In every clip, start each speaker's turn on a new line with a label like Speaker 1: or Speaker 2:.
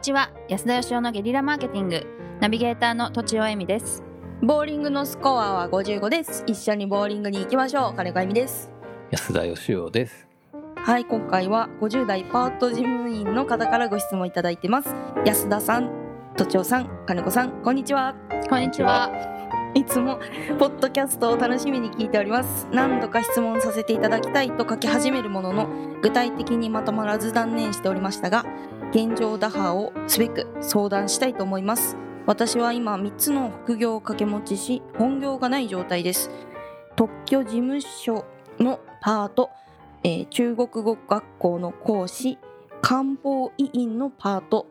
Speaker 1: ちは安田義雄のゲリラマーケティングナビゲーターの土地尾恵美です
Speaker 2: ボーリングのスコアは55です。一緒にボーリングに行きましょう。金子由美です。
Speaker 3: 安田義雄です。
Speaker 2: はい、今回は50代パート事務員の方からご質問いただいてます。安田さん、都庁さん、金子さん、こんにちは。
Speaker 1: こんにちはい
Speaker 2: つもポッドキャストを楽しみに聞いております。何度か質問させていただきたいと書き始めるものの、具体的にまとまらず断念しておりましたが、現状打破をすべく相談したいと思います。私は今3つの副業を掛け持ちし、本業がない状態です。特許事務所のパート、えー中国語学校の講師、漢方医院のパート、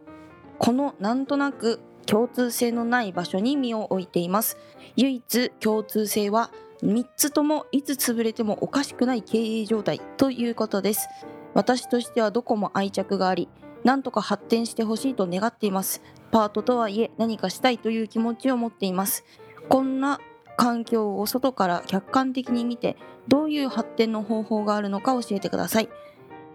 Speaker 2: このなんとなく共通性のない場所に身を置いています。唯一共通性は3つともいつ潰れてもおかしくない経営状態ということです私としてはどこも愛着がありなんとか発展してほしいと願っていますパートとはいえ何かしたいという気持ちを持っていますこんな環境を外から客観的に見てどういう発展の方法があるのか教えてください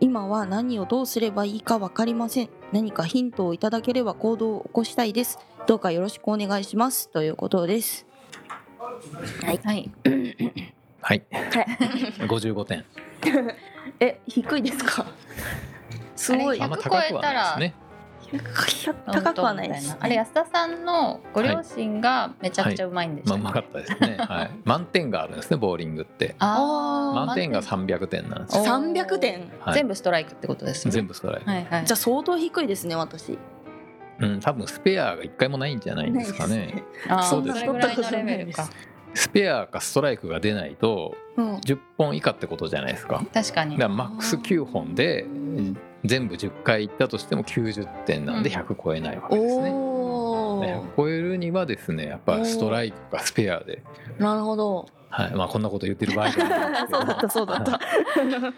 Speaker 2: 今は何をどうすればいいか分かりません何かヒントをいただければ行動を起こしたいですどうかよろしくお願いしますということです
Speaker 1: はい、
Speaker 3: はい。五十五点。
Speaker 2: え低いですかすごい
Speaker 1: あ
Speaker 3: あ
Speaker 1: れ
Speaker 3: ん
Speaker 2: 100
Speaker 3: ま高くはないですね。
Speaker 2: 高くはないです、ね、
Speaker 1: あれ安田さんのご両親がめちゃくちゃうまいんでした
Speaker 3: まあう
Speaker 1: ね、
Speaker 3: まかったですね。はい。満点があるんですねボーリングって。
Speaker 1: あー
Speaker 3: 満点が三百点なんです
Speaker 1: お
Speaker 3: よ。
Speaker 2: 300点
Speaker 3: はい
Speaker 1: 全部ストライクってことですね
Speaker 3: 全部ストライク。
Speaker 1: はいはい
Speaker 2: じゃあ相当低いですね私
Speaker 3: うん多分スペアが一回もないんじゃないんですかね。
Speaker 1: あー
Speaker 3: そうです
Speaker 1: れぐらいのレベルか
Speaker 3: スペアかストライクが出ないと
Speaker 2: うん
Speaker 3: 十本以下ってことじゃないですか。
Speaker 1: 確かに
Speaker 3: だからマックス九本でうん全部十回行ったとしても九十点なんで百超えないわけですね。
Speaker 2: お
Speaker 3: で
Speaker 2: ー
Speaker 3: 100超えるにはですねやっぱストライクかスペアで
Speaker 2: なるほど
Speaker 3: はい、まあこんなこと言ってる場合じゃないんですけ ど
Speaker 2: そうだった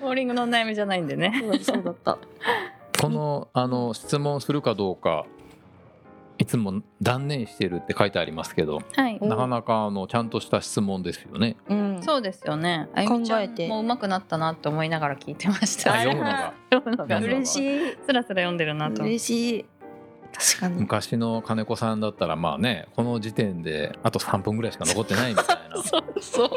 Speaker 1: ボーリングのお悩みじゃないんでね
Speaker 2: そうだった
Speaker 3: このあの質問するかどうかいつも断念してるって書いてありますけど
Speaker 1: はい
Speaker 2: お
Speaker 3: なかなかあのちゃんとした質問ですよね。
Speaker 2: うん
Speaker 1: そうですよねあゆみちゃんもうまくなったなって思いながら聞いてました
Speaker 3: あ
Speaker 2: はい
Speaker 3: 読むのが
Speaker 1: 読むのが
Speaker 3: う
Speaker 2: 嬉しい
Speaker 1: スラスラ読んでるなと
Speaker 2: 嬉しい確かに
Speaker 3: 昔の金子さんだったらまあねこの時点であと3分ぐらいしか残ってないみ たいなでも
Speaker 1: そうそう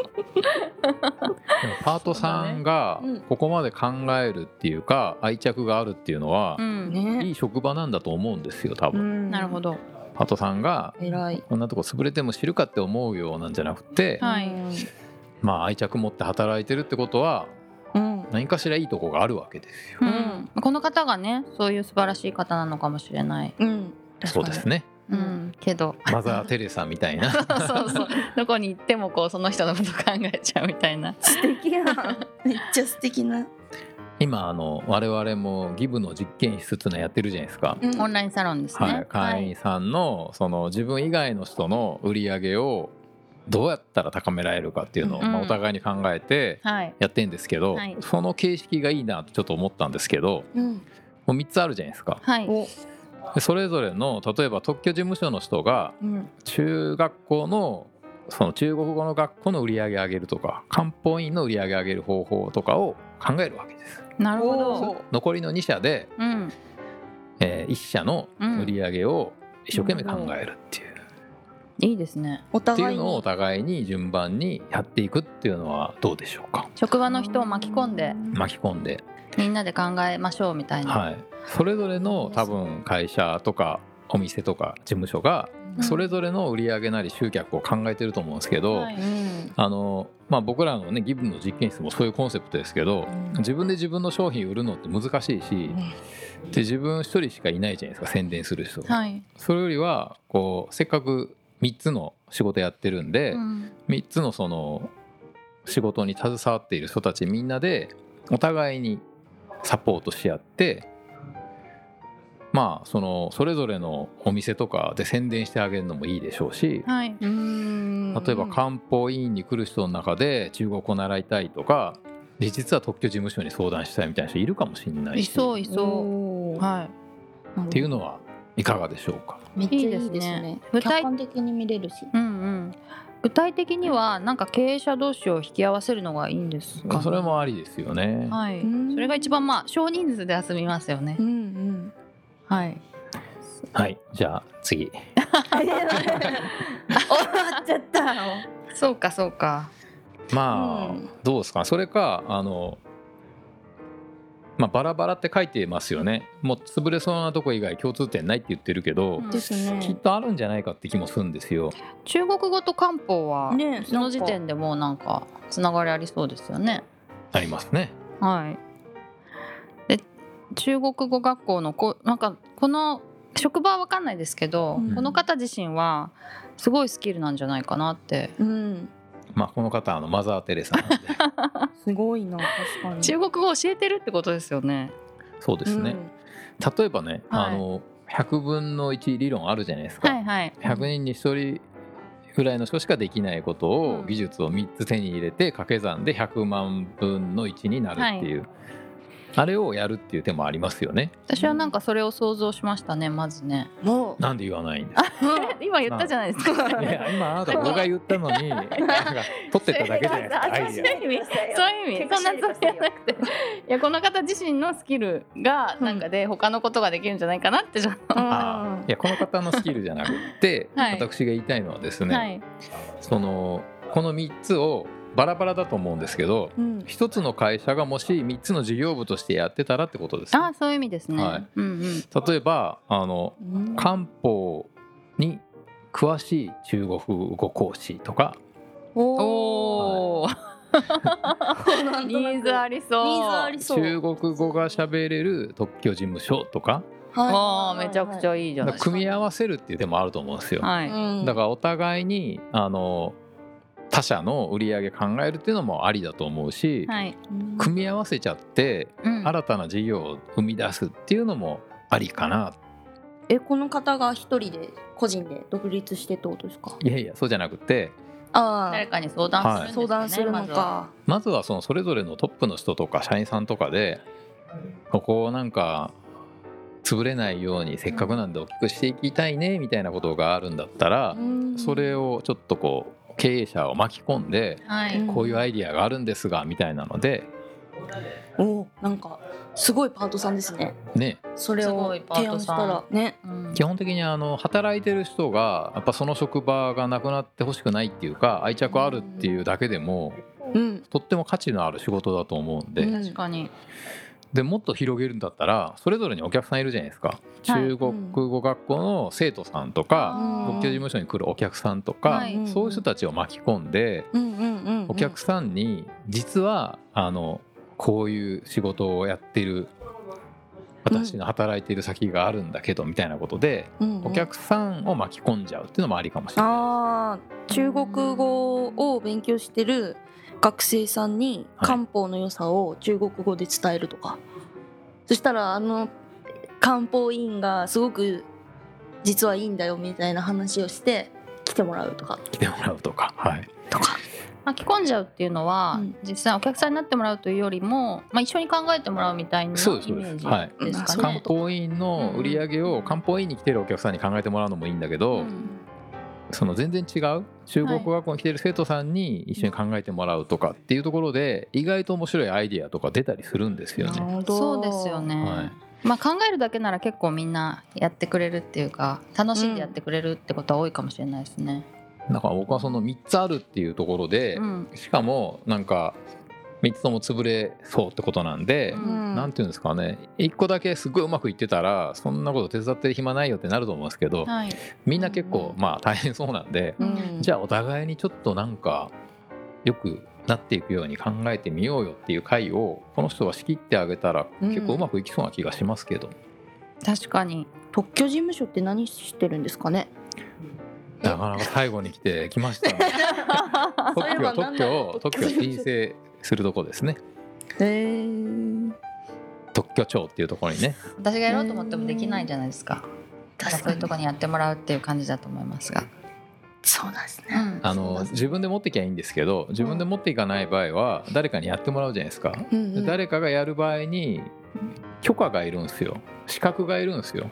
Speaker 3: パートさんが
Speaker 2: そうだねうん
Speaker 3: ここまで考えるっていうか愛着があるっていうのは
Speaker 1: う、ん、
Speaker 2: ね
Speaker 3: いい職場なんだと思うんですよ多分、
Speaker 2: ん
Speaker 1: なるほど
Speaker 3: パートさんが
Speaker 2: 偉い
Speaker 3: こんなとこ潰れても知るかって思うようなんじゃなくて、
Speaker 1: はい
Speaker 2: うん
Speaker 3: まあ愛着持って働いてるってことは
Speaker 2: うん
Speaker 3: 何かしらいいとこがあるわけですよ。
Speaker 1: う
Speaker 2: うんん、
Speaker 1: この方がねそういう素晴らしい方なのかもしれない、
Speaker 2: うん
Speaker 3: そうですね。
Speaker 1: う
Speaker 2: うん
Speaker 1: ん、けど
Speaker 3: マザー・テレサみたいな
Speaker 1: そうそうどこに行ってもこうその人のこと考えちゃうみたいな
Speaker 2: 素敵やん めっちゃ素敵な
Speaker 3: 今あの我々もギブの実験室っていうのやってるじゃないですか。
Speaker 1: オンラインサロンですね、
Speaker 3: はい、会員さんのその自分以外の人の売り上げをどうやったら高められるかっていうのを、
Speaker 1: うん
Speaker 3: まあ、お互いに考えて
Speaker 1: はい
Speaker 3: やってんですけど、
Speaker 1: はい
Speaker 3: その形式がいいなとちょっと思ったんですけど
Speaker 2: うん
Speaker 3: もう3つあるじゃないですか。
Speaker 1: はい
Speaker 2: お
Speaker 3: でそれぞれの例えば特許事務所の人が
Speaker 2: うん
Speaker 3: 中学校のその中国語の学校の売り上げ上げるとか漢方院の売り上げ上げる方法とかを考えるわけです
Speaker 1: なるほ
Speaker 2: お
Speaker 1: ど
Speaker 2: ー
Speaker 3: 残りの2社で、
Speaker 1: うん
Speaker 3: え1社の売り上げを一生懸命考えるっていう、
Speaker 1: いいですね
Speaker 2: お
Speaker 3: ってい
Speaker 2: 互
Speaker 3: う
Speaker 2: い
Speaker 3: のをお
Speaker 2: に
Speaker 3: 互いに順番にやっていくっていうのはどうでしょうか
Speaker 1: 職場の人を巻き込んで
Speaker 3: 巻き込んで、
Speaker 1: みんなで考えましょうみたいな、
Speaker 3: はい、それぞれの多分会社とかお店とか事務所が
Speaker 1: うん
Speaker 3: それぞれの売り上げなり集客を考えてると思うんですけど、
Speaker 1: はい
Speaker 2: うん
Speaker 3: あのまあ、僕らのねギブの実験室もそういうコンセプトですけど、
Speaker 2: うん
Speaker 3: 自分で自分の商品売るのって難しいし、で自分一人しかいないじゃないですか宣伝する人、
Speaker 1: はい
Speaker 3: それよりはこうせっかく3つの仕事やってるんで、
Speaker 1: うん
Speaker 3: 3つのその仕事に携わっている人たちみんなでお互いにサポートし合ってまあそのそれぞれのお店とかで宣伝してあげるのもいいでしょうし、
Speaker 1: はい、
Speaker 2: うん
Speaker 3: 例えば漢方医院に来る人の中で中国を習いたいとかで実は特許事務所に相談したいみたいな人いるかもしれない
Speaker 1: い
Speaker 3: し
Speaker 1: そう
Speaker 3: っ
Speaker 1: いそうはい
Speaker 3: ていうのはいかがでしょうか
Speaker 2: めっ
Speaker 1: ちゃ
Speaker 2: ちゃ
Speaker 1: い
Speaker 2: い
Speaker 1: い
Speaker 2: い
Speaker 1: で
Speaker 2: ですす
Speaker 1: ね
Speaker 2: ね。
Speaker 1: 具体
Speaker 2: 客観的に見れるし。
Speaker 1: うんうん、具体的にはなんか経営者同士を引き合わせるのがいいんですか
Speaker 3: それもありですよね、
Speaker 1: はい、
Speaker 2: うん
Speaker 1: それが一番まあ少人数で遊びますよね、
Speaker 2: ん
Speaker 1: はい
Speaker 2: ます。
Speaker 3: はいじゃあ次
Speaker 2: 終わっちゃったの。
Speaker 1: そうかそうか
Speaker 3: まあ、
Speaker 2: うん
Speaker 3: どうですかそれかあのまあバラバラって書いてますよねもう潰れそうなとこ以外共通点ないって言ってるけど、
Speaker 1: うん
Speaker 2: です
Speaker 3: きっ
Speaker 2: ね。
Speaker 3: とあるんじゃないかって気もするんですよ。
Speaker 1: 中国語と漢方は、
Speaker 2: ねえ
Speaker 1: その時点でもうなんかつながりありそうですよね
Speaker 3: ありますね。
Speaker 1: はいで中国語学校のこなんかこの職場は分かんないですけど、
Speaker 2: うん
Speaker 1: この方自身はすごいスキルなんじゃないかなって
Speaker 2: うん。
Speaker 3: まあこの方あのマザー・テレサなんで
Speaker 2: すごいな確かに。
Speaker 1: 中国語を教えてるってことですよね
Speaker 3: そうですね、例えばね、
Speaker 1: はい
Speaker 3: あの100分の1理論あるじゃないですか、
Speaker 1: はいはい
Speaker 3: 100人に1人ぐらいの人しかできないことを、
Speaker 1: うん
Speaker 3: 技術を3つ手に入れて掛け算で100万分の1になるっていう、あれをやるっていう手もありますよね。
Speaker 1: 私はなんかそれを想像しましたねまずね
Speaker 2: うん。も
Speaker 3: なんで言わないんです
Speaker 1: え 今言ったじゃないですか
Speaker 3: かいや今あなた僕が言ったのになんか取ってっただけじゃないですかアイディア。
Speaker 1: そういう意味そんなつもりじゃなくていやこの方自身のスキルがなんかで他のことができるんじゃないかなってちょっと
Speaker 2: う。
Speaker 3: あ
Speaker 2: あ
Speaker 3: ーいやこの方のスキルじゃなくて、
Speaker 1: はい
Speaker 3: 私が言いたいのはですね、
Speaker 1: はい
Speaker 3: そのこの3つをバラバラだと思うんですけど
Speaker 2: うん。
Speaker 3: 1つの会社がもし3つの事業部としてやってたらってことですね、
Speaker 1: ああそういう意味ですね、
Speaker 3: はい
Speaker 1: うんうん
Speaker 3: 例えばあの
Speaker 2: うん
Speaker 3: 漢方に詳しい中国語講師とか
Speaker 2: おお。
Speaker 1: おお、ニーズありそう。
Speaker 2: ニーズありそう。
Speaker 3: 中国語が喋れる特許事務所とか
Speaker 1: ああ、めちゃくち
Speaker 2: い。
Speaker 1: ゃいいじゃないですか。
Speaker 3: 組み合わせるっていう手もあると思うんですよ、
Speaker 1: はいい。
Speaker 2: うん
Speaker 3: だからお互いにあの他社の売り上げ考えるっていうのもありだと思うし、
Speaker 1: はい。
Speaker 2: うん
Speaker 3: 組み合わせちゃって
Speaker 1: うん。
Speaker 3: 新たな事業を生み出すっていうのもありかな
Speaker 2: えこの方が一人で個人で独立してってことですか
Speaker 3: いやいやそうじゃなくて
Speaker 2: あ
Speaker 1: 誰かに相談
Speaker 2: あ
Speaker 1: する
Speaker 2: 相
Speaker 1: んですかね。
Speaker 2: 談するの
Speaker 1: まずは。
Speaker 2: か、
Speaker 3: まずはそのそれぞれのトップの人とか社員さんとかでここをなんか潰れないようにせっかくなんで大きくしていきたいねみたいなことがあるんだったら
Speaker 2: うん
Speaker 3: それをちょっとこう経営者を巻き込んで
Speaker 1: はい。
Speaker 2: うん
Speaker 3: こういうアイディアがあるんですがみたいなので
Speaker 2: おなんかすごいパートさんですね
Speaker 3: ね
Speaker 2: それ
Speaker 1: すご
Speaker 2: を
Speaker 1: いパ
Speaker 2: 提
Speaker 1: ート
Speaker 2: 案し
Speaker 1: さん
Speaker 2: たらね
Speaker 1: うん
Speaker 3: 基本的にあの働いてる人がやっぱその職場がなくなってほしくないっていうか愛着あるっていうだけでも
Speaker 2: うん
Speaker 3: とっても価値のある仕事だと思うんで、
Speaker 2: うん
Speaker 1: 確かに。
Speaker 3: でもっと広げるんだったらそれぞれにお客さんいるじゃないですか、中国語学校の生徒さんとか、
Speaker 1: うん
Speaker 3: 特許事務所に来るお客さんとか、
Speaker 1: はい
Speaker 3: そういう人たちを巻き込んで、
Speaker 2: うんうんうんうん
Speaker 3: お客さんに実はあのこういう仕事をやってる私の働いてる先があるんだけどみたいなことで、
Speaker 2: うんうん
Speaker 3: お客さんを巻き込んじゃうっていうのもありかもしれない。
Speaker 2: あー中国語を勉強してる学生さんに
Speaker 3: はい
Speaker 2: 漢方の良さを中国語で伝えるとか、そしたらあの漢方院がすごく実はいいんだよみたいな話をして来てもらうとか
Speaker 3: 来てもらうとか、はい、
Speaker 2: とか、
Speaker 1: 巻き込んじゃうっていうのは、
Speaker 2: うん
Speaker 1: 実際お客さんになってもらうというよりも、まあ一緒に考えてもらうみたいなイメ
Speaker 3: そうですそうです
Speaker 1: ージ
Speaker 3: はい
Speaker 1: です
Speaker 2: そう
Speaker 1: か
Speaker 2: い
Speaker 3: 漢
Speaker 1: ね。
Speaker 3: 方院の売り上げを漢方院に来てるお客さんに考えてもらうのもいいんだけど、
Speaker 1: うん
Speaker 3: その全然違う中国語学校に来てる生徒さんに一緒に考えてもらうとかっていうところで意外と面白いアイディアとか出たりするんですよ
Speaker 2: な
Speaker 3: ね。
Speaker 2: るほど
Speaker 1: そうですよね、
Speaker 3: はい
Speaker 1: まあ考えるだけなら結構みんなやってくれるっていうか楽しんでやってくれるってことは多いかもしれないですね。
Speaker 3: だから僕はその3つあるっていうところで
Speaker 1: うん
Speaker 3: しかもなんか3つとも潰れそうってことなんで
Speaker 1: う。
Speaker 2: うん
Speaker 3: なんていうんですかね1個だけすごいうまくいってたらそんなこと手伝ってる暇ないよってなると思うんですけど
Speaker 1: はい、
Speaker 3: みんな結構まあ大変そうなんで
Speaker 2: うん
Speaker 3: じゃあお互いにちょっとなんかよくなっていくように考えてみようよっていう回をこの人が仕切ってあげたら
Speaker 2: うん
Speaker 3: 結構うまくいきそうな気がしますけど、
Speaker 1: 確かに
Speaker 2: 特許事務所って何してるんですかね
Speaker 3: なかなか最後に来てきましたね 特
Speaker 2: そういえば
Speaker 3: 許
Speaker 2: なん
Speaker 3: 特
Speaker 2: だ
Speaker 3: 許
Speaker 2: ろ
Speaker 3: を
Speaker 2: う
Speaker 3: 特許を申請するとこですね
Speaker 2: へー
Speaker 3: 特許庁っていうとこ ろにね
Speaker 1: 私がやろうと思ってもできないじゃないですか。だからそういうとこにやってもらうっていう感じだと思いますが。
Speaker 2: そうなんですね
Speaker 3: あ
Speaker 2: そう
Speaker 3: の
Speaker 2: だね
Speaker 3: 自分で持ってきゃいいんですけど自分で持っていかない場合は誰かにやってもらうじゃないですか、
Speaker 2: うんうん
Speaker 3: 誰かがやる場合に許可がいるんですよ資格がいるんですよ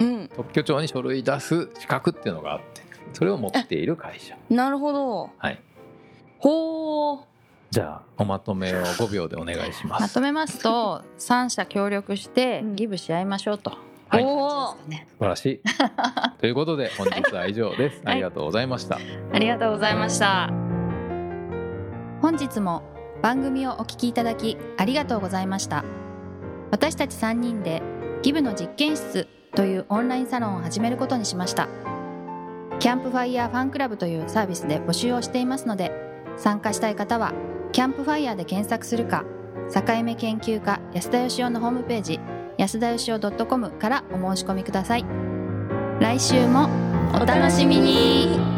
Speaker 2: うん
Speaker 3: 特許庁に書類出す資格っていうのがあってそれを持っている会社
Speaker 2: なるほど
Speaker 3: はい
Speaker 2: ほう
Speaker 3: じゃあおまとめを5秒でお願いしま
Speaker 1: ますとめますと3社協力して
Speaker 2: うん
Speaker 1: ギブし合いましょうと
Speaker 3: はい
Speaker 2: おー
Speaker 4: ですかね
Speaker 3: 素晴らしいということで本日は以上です、
Speaker 4: はい
Speaker 3: ありがとうございました
Speaker 4: ありがとうございました
Speaker 1: 本日も番組をお聞きいただきありがとうございました私たち3人でギブの実験室というオンラインサロンを始めることにしましたキャンプファイヤーファンクラブというサービスで募集をしていますので参加したい方はキャンプファイヤーで検索するか境目研究家安田義雄のホームページ安田義雄 .com からお申し込みください来週もお楽しみに